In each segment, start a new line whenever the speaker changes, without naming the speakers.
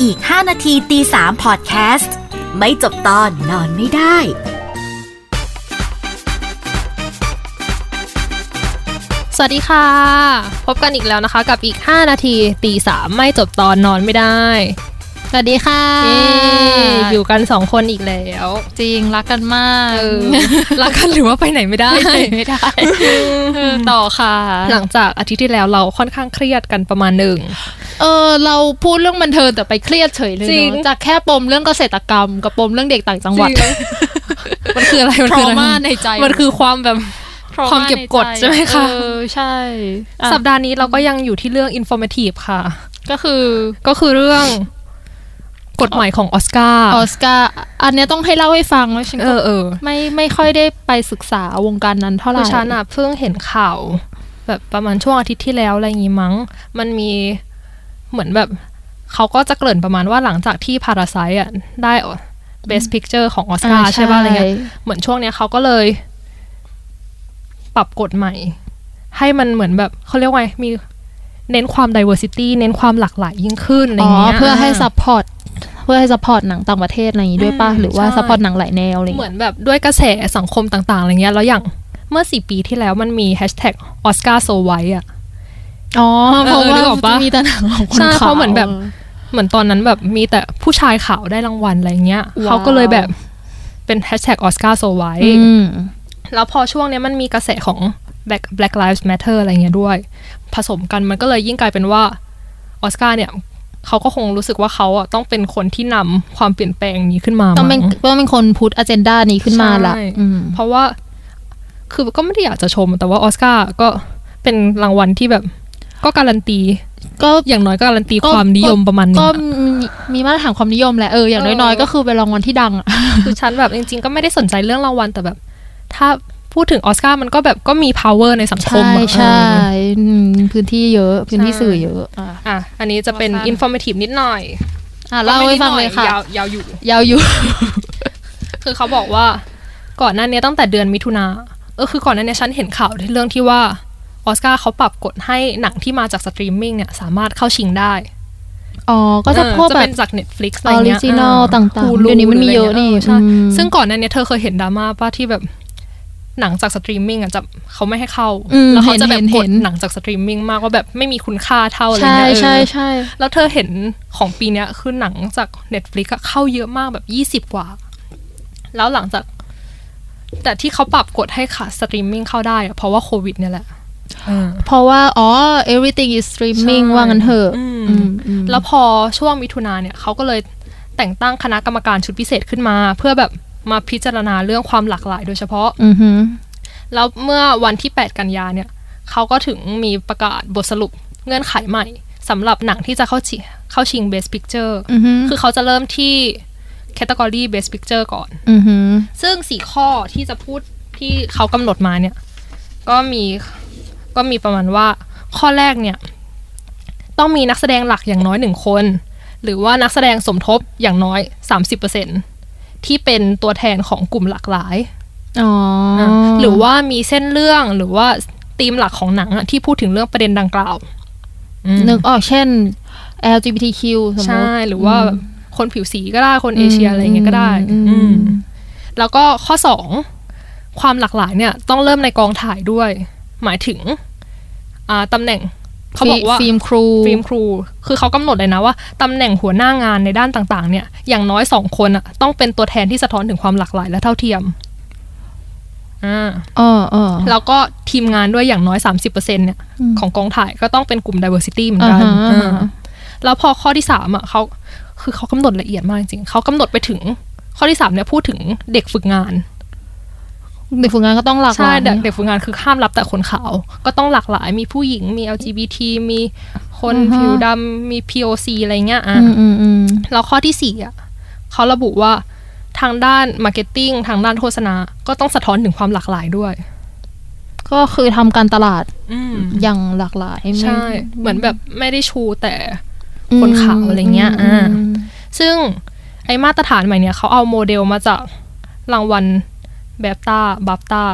อีก 5 นาทีตี3พอดแคสต์ ไม่จบตอนนอนไม่ได้
สวัสดีค่ะ พบกันอีกแล้วนะคะ กับอีก 5 นาทีตีสามไม่จบตอนนอนไม่ได้
สวัสดีค่ะ
เอยอยู่กัน 2 คนอีกแล้ว
จริงรักกันมาก
เออรักกันหรือว่าไปไหนไม่ได้
ไปไหนไม่ได้เออต่อค่ะ
หลังจากอาทิตย์ที่แล้วเราค่อนข้างเครียดกันประมาณหนึ่ง
เออ เราพูดเรื่องบันเทิงแต่ไปเครียดเฉยเลย
จริง
เนอะจากแค่ปมเรื่องเกษตรกรรม กับปมเรื่องเด็กต่างจังหวัด
มันคืออะไรมันคืออะไร
Trauma ในใจ
มันคือความแบบ ความเก็บกดใช่ไหมคะ
เออใช่อ่ะ
สัปดาห์นี้เราก็ยังอยู่ที่เรื่อง informative ค่ะ
ก็คือ
ก็คือเรื่องกฎหมายของออสการ์
ออสการ์อันเนี้ยต้องให้เล่าให้ฟังว่าฉัน
เอ
ก็
อเออ
ไม่ไม่ค่อยได้ไปศึกษาวงการนั้นเท่าไหร่
คือฉันอะเพิ่งเห็นข่าวแบบประมาณช่วงอาทิตย์ที่แล้วอะไรอย่างงี้มั้ง มันมีเหมือนแบบเขาก็จะเกริ่นประมาณว่าหลังจากที่พาราไซอะได้ Best Picture ของออสการ์
อ่า
ใช่ป่ะอะ
ใช่
ไรเงี้ยเหมือนช่วงเนี้ยเขาก็เลย ปรับกฎใหม่ ให้มันเหมือนแบบเขาเรียกว่าไงมีเน้นความ diversity เน้นความหลากหลายยิ่งขึ้นอะไร
อ๋อ
เงี้ย
เพื่อให้ซัพพอร์ตเพื่อให้ซัพพอร์ตหนังต่างประเทศอะไรอย่างนี้ด้วยป่ะ
อืม
หรือว่า
ใช่
ซัพพอร์ตหนังหลายแนวอะไรอย่าง
เห
งี้
มือนแบบด้วยกระแสสังคมต่างๆอะไรเงี้ยแล้วอย่างเมื่อสี่ปีที่แล้วมันมีแฮชแท็กออสการ์โซไวอะ
อ๋อ
เออ
เพราะว่า
นึกออกปะ
จะมีแต่หนังของคน
ใช่
ขาว
เพราะเหมือนแบบ เหมือนตอนนั้นแบบมีแต่ผู้ชายขาวได้รางวัลอะไรเงี้ยเขาก็เลยแบบเป็นแฮชแท็กออสการ์โซไว
อืม
แล้วพอช่วงเนี้ยมันมีกระแสของ Black Black Lives Matter อะไรเงี้ยด้วย ผสมกันมันก็เลยยิ่งกลายเป็นว่าออสการ์เนี่ยเขาก็คงรู้สึกว่าเขาอ่ะต้องเป็นคนที่นำความเปลี่ยนแปลงนี้ขึ้นมา
ต้องเป็น
มั้
ต้องเป็นคนพุทธอเจนดานี้ขึ้นมาละ
ใช่
อืม
เพราะว่าคือก็ไม่ได้อยากจะชม แต่ว่าออสการ์ก็เป็นรางวัลที่แบบก็การันตี
ก็
อย่างน้อยก็การันตี
ก็
ความนิยมประมาณหนึง
ก็
อะ
มีมีมาตรฐานความนิยมแหละเอออย่าง
เออ
น้อยๆก็คือเป็นรางวัลที่ดังอะ
คือฉันแบบจริงๆ ก็ไม่ได้สนใจเรื่องรางวัลแต่แบบ ถ้าพูดถึงออสการ์มันก็แบบก็มี power ในสังคม
ใช่
อะเอ
ใช่
อ
อืมพื้นที่เยอะพื้นที่สื่อเยอะอ่ะ
อ่ะ อันนี้จะเป็น informative นิดหน่อย
อ่ะเล่าให้ฟังเลยค่ะ
ยาวยาวอยู่
ยาวอยู่
คือเขาบอกว่าก่อนหน้านี้ตั้งแต่เดือนมิถุนาเออคือก่อนหน้านี้ฉันเห็นข่าวเรื่องที่ว่าออสการ์เขาปรับกฎให้หนังที่มาจากสตรีมมิ่งเนี่ยสามารถเข้าชิงได้
อ๋อก็จะ
เออ
พวก
จะ
แบ
เป็
บ
นจาก Netflix อะ
อ
ไร
อริ
เงี้ย
จินอล
เออ
ต่างๆ
Hulu
เดี๋ยวนี้มันมีเยอะนี่
หรืไรเงี้ใช่
อืม
ซึ่งก่อนหน้านี้เธอเคยเห็นดราม่าป่ะที่แบบหนังจากสตรีมมิ่งอ่ะจะเขาไม่ให้เข้า
อืม
แล้วเขาจะแบ
เห็
บ
น
ก
เห็
ด
น
หนังจากสตรีมมิ่งมากว่าแบบไม่มีคุณค่าเท่าอะไร
ใช่
เงี้ยเออ
ใช่ใช่
แล้วเธอเห็นของปีเนี้ยคือหนังจาก Netflix อะเข้าเยอะมากแบบยี่สิบ20 กว่า แล้วหลังจาก แต่ที่เขาปรับกฎให้ค่ะสตรีมมิ่งเข้าได้อะเพราะว่าโควิดเนี่ยแหละเออ
เพราะว่าอ๋อ everything is streaming
ใช่
ว่างั้นเถอะ
อืม
อืมอืม
แล้วพอช่วงมิถุนาเนี่ยเขาก็เลยแต่งตั้งคณะกรรมการชุดพิเศษขึ้นมา เพื่อแบบมาพิจารณาเรื่องความหลากหลาย โดยเฉพาะ
อือหือ
แล้วเมื่อวันที่ 8 กันยาเนี่ยเขาก็ถึงมีประกาศบทสรุปเงื่อนไขใหม่สำหรับหนังที่จะเข้าชิงเข้าชิง Best Picture
อือหือ
คือเขาจะเริ่มที่ Category Best Picture ก่อน
อือหือ
ซึ่งสี่ข้อที่จะพูดที่เขากำหนดมาเนี่ยก็มีก็มีประมาณว่าข้อแรกเนี่ย ต้องมีนักแสดงหลักอย่างน้อยหนึ่งคน หรือว่านักแสดงสมทบอย่างน้อย 30%ที่เป็นตัวแทนของกลุ่มหลากหลาย
อ๋อ
อ่ะหรือว่ามีเส้นเรื่องหรือว่าธีมหลักของหนังอะที่พูดถึงเรื่องประเด็นดังกล่าวอืม
นึกออกเช่น LGBTQ สมม
ใช่
ติ
หรือว่าแบบคนผิวสีก็ได้คนเอเชีย
อืม
อะไรอย่างเงี้ยก็ได้
อืม
อืมแล้วก็ข้อสองความหลากหลายเนี่ย ต้องเริ่มในกองถ่ายด้วย หมายถึง อ่าตำแหน่ง เขาบอกว่า
ฟิล์มครู
ฟิล์มครู คือเขากำหนดเลยนะว่าตำแหน่งหัวหน้างานในด้านต่าง ๆ เนี่ย อย่างน้อยสองคนอะต้องเป็นตัวแทนที่สะท้อนถึงความหลากหลายและเท่าเทียมอ่า
อ๋ออ๋อ
แล้วก็ทีมงานด้วยอย่างน้อย 30%เนี่ย
อืม
ของกองถ่ายก็ต้องเป็นกลุ่ม diversity เหมือนกัน
อ่าฮะ
เออ
ฮะ
แล้วพอข้อที่สามอ่ะเขาคือเขากำหนดละเอียดมากจริงๆเขากำหนดไปถึงข้อที่สามเนี่ยพูดถึงเด็กฝึกงาน
เด็กฝึกงานก็ต้องหลากห
ใช่
ลาย
เด็กเด็กฝึกงานคือห้ามรับแต่คนขาว ก็ต้องหลากหลายมีผู้หญิงมี LGBT มีคนผิวดำมี POC อะไรเงี้ยอ่ะ
อืมอืมอืม
แล้วข้อที่สี่อ่ะเขาระบุว่าทางด้านมาร์เก็ตติ้งทางด้านโฆษณาก็ต้องสะท้อนถึงความหลากหลายด้วย
ก็คือทำการตลาด
อืม
อย่างหลากหลายไม่
ใช่ เหมือนแบบไม่ได้ชูแต่
อืม
คนขาวอะไรเงี้ยอ่า
ม
ซึ่งไอมาตรฐานใหม่เนี่ยเขาเอาโมเดลมาจากรางวัลแบบตาบับตา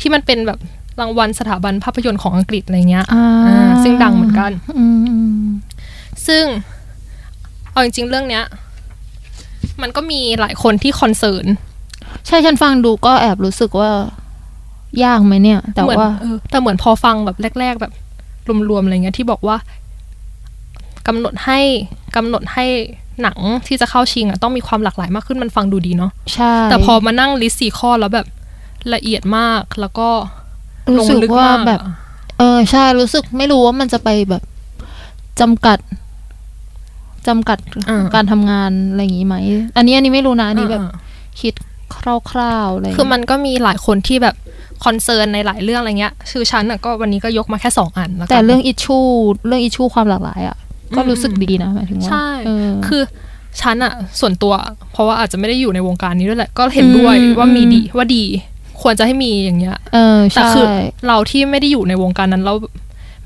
ที่มันเป็นแบบรางวัลสถาบันภาพยนตร์ของอังกฤษอะไรเงี้ย
อ่า
อ่าซึ่งดังเหมือนกัน
อืมอืม
ซึ่ง เอาจริงๆเรื่องเนี้ย มันก็มีหลายคนที่คอนเซิร์น
ใช่ฉันฟังดูก็แอบรู้สึกว่ายากไหมเนี่ย แต่
เหมือน
ว่า
เออแต่เหมือนพอฟังแบบแรก ๆ แบบรวมๆอะไรเงี้ยที่บอกว่ากำหนดให้กำหนดให้หนังที่จะเข้าชิงอ่ะต้องมีความหลากหลายมากขึ้นมันฟังดูดีเนาะ
ใช่
แต่พอมานั่งลิสต์สี่ข้อแล้วแบบละเอียดมากแล้วก็ล
รู้
ง
สึก
ลึก
ว่าม
าก
แบบ
อะ
เออใช่รู้สึกไม่รู้ว่ามันจะไปแบบจำกัดจำกัด
อ่า
การทำงานอะไรอย่างนี้ไหม อันนี้อันนี้ไม่รู้นะ อันนี้แบบ
อ่า
คิดคร่าวๆอะไรย่าง
คือ
เงี้ย
มันก็มีหลายคนที่แบบคอนเซิร์นในหลายเรื่องอะไรเงี้ย ชื่อฉันน่ะก็วันนี้ก็ยกมาแค่สองอันล้วกัน
แต่เรื่องอิชชูเรื่องอิชชูความหลากหลายอ่ะ ก็
อืม
รู้สึกดีนะหมายถึงว่า
ใช่
เออ
คือฉันอะส่วนตัว เพราะว่าอาจจะไม่ได้อยู่ในวงการนี้ด้วยแหละ ก็เห็นด้วย
อืม
ว่ามี
อืม
ดีว่าดี ควรจะให้มีอย่างเงี้ย
เออ
แต่
ใช่
คือเราที่ไม่ได้อยู่ในวงการนั้นเรา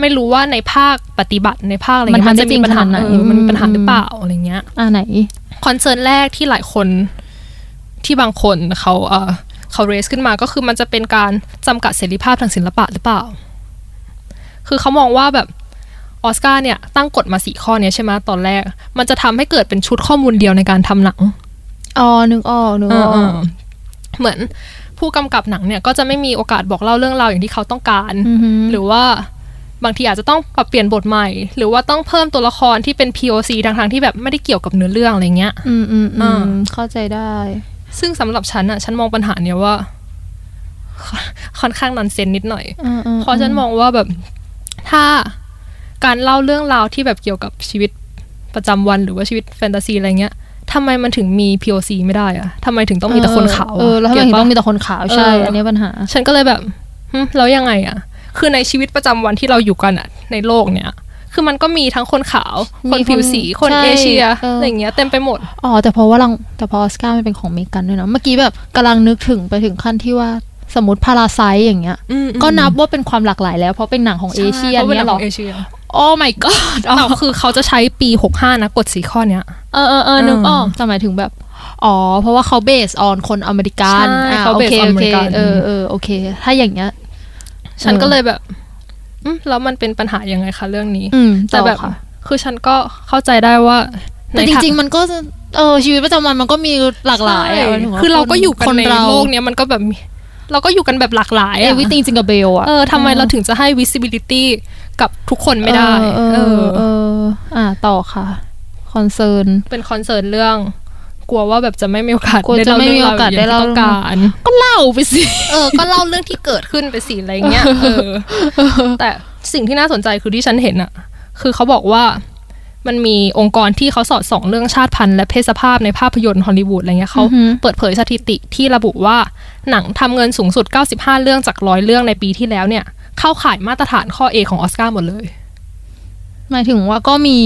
ไม่รู้ว่าในภาคปฏิบัติในภาคอะไรเงี้ยจะมีปัญหาเออมันมีปัญหาหรือเปล่าอะไรเงี้ย
อ่าไหน
คอนเซิร์นแรกที่หลายคนที่บางคนเขาเออเขาเรสขึ้นมาก็คือมันจะเป็นการจำกัดเสรีภาพทางศิลปะหรือเปล่า คือเขามองว่าแบบออสการ์เนี่ยตั้งกฎมาสี่ข้อเนี้ยใช่ไหมตอนแรก มันจะทำให้เกิดเป็นชุดข้อมูลเดียวในการทำหนัง
อ๋อนึกออกนึกออก
เออๆเหมือนผู้กำกับหนังเนี่ยก็จะไม่มีโอกาสบอกเล่าเรื่องราวอย่างที่เขาต้องการ
อือฮึ
หรือว่าบางทีอาจจะต้องปรับเปลี่ยนบทใหม่ หรือว่าต้องเพิ่มตัวละครที่เป็น POC ทางทางๆที่แบบไม่ได้เกี่ยวกับเนื้อเรื่องอะไรเงี้ย
อืมอืมอื
อ่า
มเข้าใจได้
ซึ่งสำหรับฉันอะฉันมองปัญหาเนี้ยว่า ค่อนค่อนข้างนอนเซนนิดหน่อย
อืมอืม
เพราะฉันมองว่าแบบถ้าการเล่าเรื่องราวที่แบบเกี่ยวกับชีวิตประจำวันหรือว่าชีวิตแฟนตาซีอะไรเงี้ยทำไมมันถึงมี POC ไม่ได้อะทำไมถึงต้องมีแต่คนขาวะ
เออแล้วทำไม
เก็ต
ถึง
ปะ
ต้องมีแต่คนขาวใช่
เอออั
อันนี้ปัญหา
ฉันก็เลยแบบหึแล้วยังไงอะคือในชีวิตประจำวันที่เราอยู่กันอะในโลกเนี้ยคือมันก็มีทั้งคนขาว
มี
คนผิวสี คน
ใช่
เอเชีย
เอออ
อะไรอย่างเงี้ยเต็มไปหมด
อ๋อแต่เพราะว่าเราแต่เพอออสการ์มันเป็นของอเมริกันด้วยเนาะเมื่อกี้แบบกำลังนึกถึงไปถึงขั้นที่ว่าสมมติพาราไซอย่างเงี้ย ก็นับว่าเป็นความหลากหลายแล้ว เพราะเป็นหนังของเอเชีย
ใช่พราะป็น
เนี่ย
ห
เหร
นั
อ
งเอเชีย
Oh my god อ๋อ
แต่คือเขาจะใช้ปีหกห้านะกฎสีข้อเนี้ย
เออเออเออนึกออก
เออ
แต่หมายถึงแบบ อ๋อ เพราะว่าเขาเบสออนคนอเมริกัน
ใช่
อ่า
เขา
โอ
based
เค
on
โอ
อเม
เค
ริกัน
เออเออโอเค ถ้าอย่างเงี้ย
ฉัน
เออ
ก็เลยแบบอืมแล้วมันเป็นปัญหายังไงคะเรื่องนี้
อืม
แต่แบบ
ต่อค่ะ
คือฉันก็เข้าใจได้ว่า
แต่จริงๆ มันก็จะเออชีวิตประจำวันมันก็มีหลากหลายอะหมายถึงว่
คือเราก็อยู่กัน
คน
ใน
เรา
โลกเนี้ยมันก็แบบมีเราก็อยู่กันแบบหลากหลาย
เอ
อะ
วิติงจิงกับเบลอะ
เออทำไมเราถึงจะให้ visibility กับทุกคนไม่ได้
เออเออเอออ่าต่อค่ะคอนเซิร์น
เป็นคอนเซิร์นเรื่อง กลัวว่าแบบจะไม่มีโอกาส
กลัว
ได้
จะ
เล่า
ไม่
เรื่อง
มี
รา
โอ
ว
กาส
อย่างที่
ได้เล่า
ต้องการ
ก็เล่าไปสิ
เออ ก็เล่าเรื่องที่เกิดขึ้นไปสิอะไรเงี้ย เออ แต่สิ่งที่น่าสนใจคือที่ฉันเห็นอะคือเขาบอกว่ามันมีองค์กรที่เขาสอดส่องเรื่องชาติพันธุ์และเพศภาพในภาพยนตร์ฮอลลีวูดอะไรเงี้ยเขา
อือหือ
เปิดเผยสถิติที่ระบุว่าหนังทำเงินสูงสุด 95 เรื่องจากร้อยเรื่องในปีที่แล้วเนี่ย เข้าข่ายมาตรฐานข้อ A ของออสการ์หมดเลย
หมายถึงว่าก็มี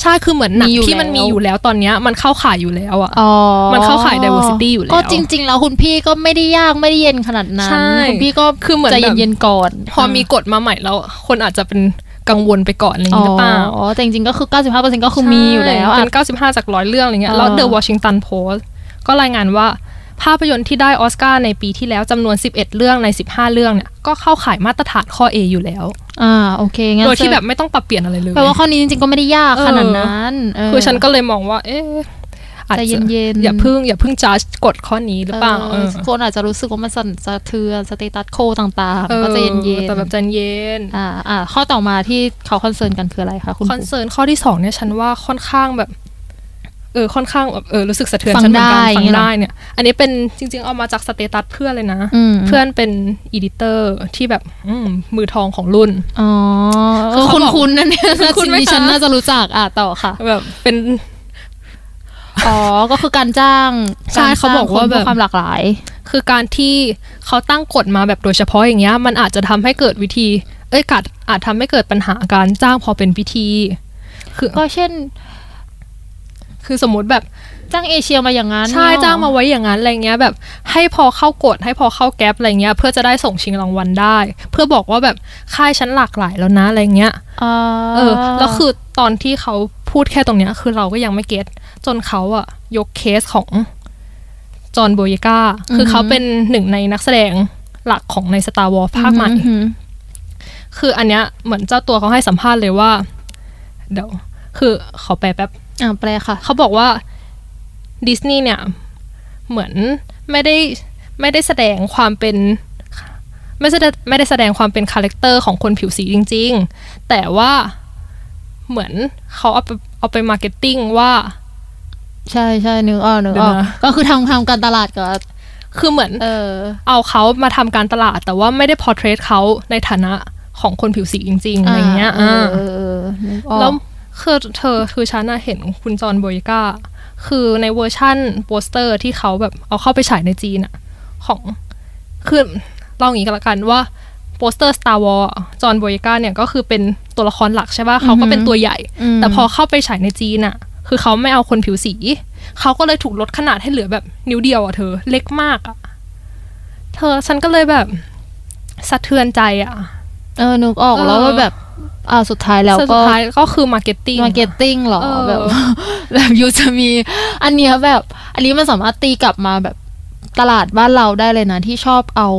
ใช่คือเหมือนหนัง
มีอยู่
ที่มัน
แล้ว
มีอยู่แล้วตอนเนี้ยมันเข้าข่ายอยู่แล้วอะ
อ๋อ
มันเข้าข่าย diversity อยู่แล้ว
ก็จริง ๆ แล้วคุณพี่ก็ไม่ได้ยากไม่ได้เย็นขนาดนั้น
ใช่
คุณพี่ก็
คือเหมือน
ใจ
แบบ
เย็นๆก่อน
พอมีกฎมาใหม่แล้ว คนอาจจะเป็นกังวลไปก่อนอะไรอย่าง
อ๋อ
งี้หรือเปล่า
อ๋อแต่จริงๆก็คือ 95%ก็คือมีอยู่แล้ว
เป็
อ่ะ
น 95 จากร้อยเรื่องอะไรเงี้ย
อ่า
แล้ว The Washington Post ก็รายงานว่า ภาพยนตร์ที่ได้ออสการ์ในปีที่แล้วจำนวน 11 เรื่องใน 15 เรื่องเนี่ย ก็เข้าข่ายมาตรฐานข้อ A อยู่แล้ว
อ่าโอเคงั้น
โดยที่แบบไม่ต้องปรับเปลี่ยนอะไรเลย
แปลว่าข้อนี้จริงๆก็ไม่ได้ยากขนาดนั้นเ
คือฉันก็เลยมองว่า เอ๊ะอาจ
ใจ
จะ
เย็นๆ
อย่าเพึ่งอย่าเพึ่งจัดกฎข้อนี้หรือเปล่า
เออ
เออ
คนอาจจะรู้สึกว่ามันสั่นสะเทือนสเตตัสโคต่าง
เออ
ๆ ก็จะเย็นๆ
แต่แบบใจเย็น
อ่าอ่าข้อต่อมาที่เขาคอนเซิร์นกันคืออะไรคะคุณ
คอนเซิร์นข้อที่สองเนี่ยฉันว่าค่อนข้างแบบ เออค่อนข้างแบบเออรู้สึกสะเทือนฉันเหมือนกันฟังได้เนี่ย อันนี้เป็นจริง ๆ เอามาจากสเตตัสเพื่อนเลยนะ
อืม
เพื่อนเป็นอีดิเตอร์ที่แบบอืมมือทองของรุ่น
อ๋อเออ
เขา
คุณ
บอก
คุณนั่นเนี่ย
คุ้นๆไหมคะ
ดิฉันน่าจะรู้จักอ่าต่อค่ะ
แบบเป็น
อ๋อ ก็คือการจ้าง
ใช่
ร
เขา
จ้ง
บอกว่า
คน
แบบ
เพื่ความหลากหลาย
คือการที่เขาตั้งกฎมาแบบโดยเฉพาะอย่างเงี้ย มันอาจจะทำให้เกิดวิธี เอ้ยกัดอาจทำให้เกิดปัญหาการจ้างพอเป็นพิธี คือ
ก็เช่น
คือสมมติแบบ
จ้างเอเชียมาอย่างนั้น
ใช่
เนี่ย
จ้างมาไว้อย่างนั้นอะไรเงี้ยแบบให้พอเข้ากฎให้พอเข้าแก๊ปอะไรเงี้ย เพื่อจะได้ส่งชิงรางวัลได้ เพื่อบอกว่าแบบค่ายชั้นหลากหลายแล้วนะอะไรเงี้ย
อ่า
เออแล้วคือตอนที่เขาพูดแค่ตรงเนี้ย คือเราก็ยังไม่เก็ตจนเขาอะยกเคสของจอห์นโบเยกาคือเขาเป็นหนึ่งในนักแสดงหลักของใน Star Wars ภาคใหม่
อือหือ
คืออันเนี้ยเหมือนเจ้าตัวเขาให้สัมภาษณ์เลยว่า เดี๋ยว คือขอแปลแป๊บ
อ่าแปลค่ะ
เขาบอกว่าดิสนีย์เนี่ยเหมือนไม่ได้ไม่ได้แสดงความเป็นไม่แสดงไม่ได้แสดงความเป็นคาแรคเตอร์ของคนผิวสีจริง ๆ แต่ว่าเหมือนเขาเอาไปเอาไปมาร์เก็ตติ้งว่า
ใช่ใช่นึกออกนึกออก
เดี๋ยวนะ
ก็คือทำทำการตลาดกับ
คือเหมือน
เออ
เอาเขามาทำการตลาด แต่ว่าไม่ได้พอเทรสเขาในฐานะของคนผิวสีจริง ๆ อะไรเงี้ย
อ่า
อ่า
เออเออนึกออก
แล้วคือเธอคือฉันน่ะเห็นคุณจอห์นโบยก้า คือในเวอร์ชั่นโปสเตอร์ที่เขาแบบเอาเข้าไปฉายในจีนอะของคือลองอย่างนี้ก็แล้วกันว่าโปสเตอร์ Star Wars อะจอห์นโบยก้าเนี่ยก็คือเป็นตัวละครหลักใช่ป่ะเขาก็เป็นตัวใหญ่
ม
แต่พอเข้าไปฉายในจีนอะคือเขาไม่เอาคนผิวสี เขาก็เลยถูกลดขนาดให้เหลือแบบนิ้วเดียวอะเธอ เล็กมากอะเธอฉันก็เลยแบบสะเทือนใจอะ
เออนึกออก
เออ
แล้วว่าแบบอ่าสุดท้ายแล้ว
สุ
ก็
ดท้ายก็คือมาร์เก็ตติ้ง
มาเก็ตติ้งหรอ
เออ
แบบ แบบยูจะมี อันเนี้ยแบบ อันนี้มันสามารถตีกลับมาแบบตลาดบ้านเราได้เลยนะ ที่ชอบเอา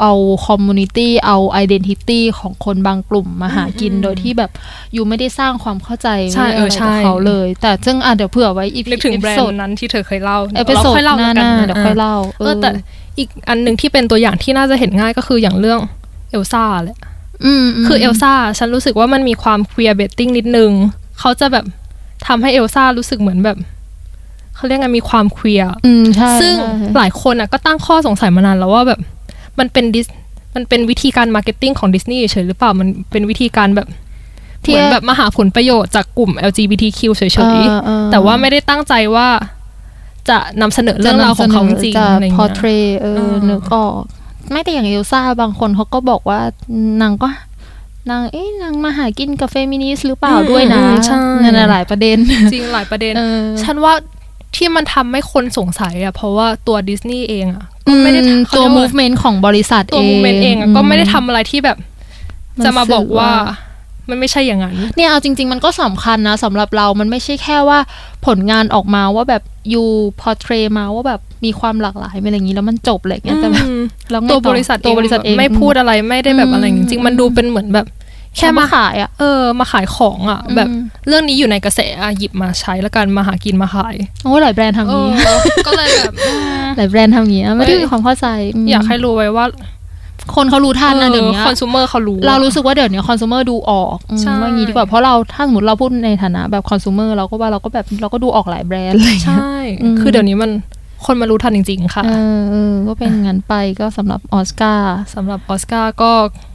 เอาคอมมูนิตี้เอาไอดีนิตี้ของคนบางกลุ่มมาหากินโดยที่แบบยูไม่ได้สร้างความเข้าใจ
ใช่
ไม่ได้
เออ
อะไร
ใช่
กับเขาเลย แต่ซึ่งอ่ะเดี๋ยวเผื่อไว้อีพี
นึกถึงแบรน
ด
ด์นั้นที่เธอเคยเล่า
เอ
ดี๋ยว
พิ
เรา
โซด
ค่อยเล่า
ห
แล้วกั
น้าๆ
นะ
เดี๋ยวค่อยเล่า
เออแต่อีกอันหนึ่งที่เป็นตัวอย่างที่น่าจะเห็นง่ายก็คืออย่างเรื่องเอลซ่าแหละ
อืมม
คือเอลซ่าฉันรู้สึกว่ามันมีความเคลียร์เบตติ้งนิดนึง เขาจะแบบทำให้เอลซ่ารู้สึกเหมือนแบบ เขาเรียกไงมีความเคลียร์
อืมใช่
ซึ่ง
ใช่
หลายคนอ่ะก็ตั้งข้อสงสัยมานานแล้วว่าแบบ มันเป็นดิสมันเป็นวิธีการมาร์เก็ตติ้งของดิสนีย์เฉยๆหรือเปล่ามันเป็นวิธีการแบบ
ที่
เหมือนแบบมาหาผลประโยชน์จากกลุ่ม LGBTQ เฉยๆ
เออ
แต่ว่าไม่ได้ตั้งใจว่าจะนำเสนอเรื่องราวของเขาจริง
จะ
ๆอะไรอย่าง
พอ
เงี้
เท
ย
รเอ
เอ
อ
อ
นึกออกไม่แต่อย่างเอลซ่าบางคนเขาก็บอกว่านางก็นางเอ้ยนางมาหากินกับเฟมินิสต์หรือเปล่าด้วยนะ
อืมอืมใช่
นั่นนะหลายประเด็น
จริงหลายประเด็น
เออ
ฉันว่าที่มันทำให้คนสงสัยอะเพราะว่าตัวดิสนีย์เองอะก็ไม่ได้
อื
เขา
ตัว
เรียกว่า
movement ของบริษัทเอง
ตัวมูเมนเองอะก็ไม่ได้ทำอะไรที่แบบ
น
จะมาบอก
สื่
ว่า มันไม่ใช่อย่างนั้น
เนี่ยเอาจริง ๆ มันก็สำคัญนะสำหรับเรามันไม่ใช่แค่ว่าผลงานออกมาว่าแบบยูพอเทรมาว่าแบบมีความหลากหลายเป็นอะไรอย่างนี้แล้วมันจบอะไรอย่างเงี้ยแต่แบบแล้วไง
ตัวบริษัทเอง
ตัวบริษัทเอง
ไม่พูดอะไรไม่ได้แบ
อื
บ
ม
อะไรอย่างงี้จริงๆมันดูเป็นเหมือนแบบ แค่
แค่มา
มา
ขายอ่ะ
เออมาขายของอะแบบเรื่องนี้อยู่ในกระแสอะหยิบมาใช้แล้วกันมาหากินมาขาย
โอ้ยหลายแบรนด์ทำ
เอ
นี้
อก็เลยแบบอืม
หลายแบรนด์ทำอย่างนี้นะไม่ได้
เฮ้
มี
ย
ความเข้าใจม
อยากให้รู้ไว้ว่า
คนเขารู้ทันนะเดี๋ยวนี้
คอน sumer เขารู้
เรารู้สึกว่าเดี๋ยวนี้คอน sumer ดูออกอืม
ใช่
ว่าอย่างนี้ดีกว่าเพราะเราถ้าสมมติเราพูดในฐานะแบบคอน sumer เราก็ว่าเราก็แบบเราก็ดูออกหลายแบรนด์อะไรอย่างเลย
ใช่
อืม
คือเดี๋ยวนี้มันคนมารู้ทันจริง ๆ ค่ะ
เออเออก็เป็นงั้นไปก็สำหรับออสการ์
สำหรับออสการ์ก็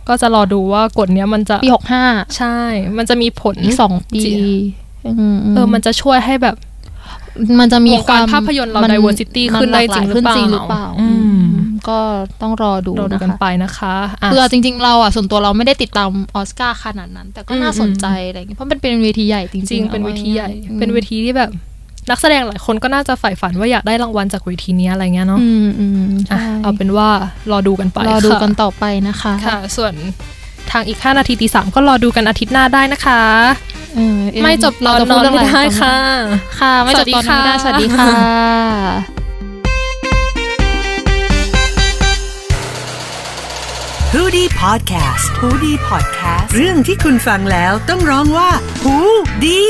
ก็จะรอดูว่ากฎเนี้ยมันจะ
ปีหกห้า
ใช่ มันจะมีผล
อีกสองปี
จริง
ม
เออมันจะช่วยให้แบบ
มันจะมี
วงการ
ความ
ภาพยนตร์เรา
มั
diversity ขึ้นได้จริงหรือเปล่า
มันลากลายขึ้นจริงหรือเปล่า
อืม
อืมก็ต้องรอดู
รอดู
นะ
กัน
คะ
ไปนะคะอ่ะ
คือเอาจริง ๆ เราอ่ะส่วนตัวเราไม่ได้ติดตามออสการ์ขนาดนั้น แต่ก็น่า
อืม
สนใจอะไรอย่างเงี้ยเพราะมันเป็นเวทีใหญ่จริงๆ
จริง
อะ
เป็นเวทีใหญ่
อืม
เป็นเวทีที่แบบ นักแสดงหลายคนก็น่าจะใฝ่ฝันว่าอยากได้รางวัลจากเวทีเนี้ยอะไรเงี้ยเนาะ
อืมอืมใช่
อ่ะเอาเป็นว่ารอดูกันไป
รอดู
ค่ะ
กันต่อไปนะคะ
ค่ะ ส่วนทางอีก 5 นาทีตีสามก็รอดูกันอาทิตย์หน้าได้นะคะ
เออเอ็
ไม่จบตอน
เราจะ
น
พู
อน
เรื่ง
ไม่
ร
ได้ค่ะ
ค่ะ ไม่จบตอนนอนไม่ได้ส
สวั
วัส
สดี
ดี
ค่ะ
ค่ะ
h o ดี้พอดแคสต์ฮูดี้พอดแคสต์เรื่องที่คุณฟังแล้วต้องร้องว่าฮูดี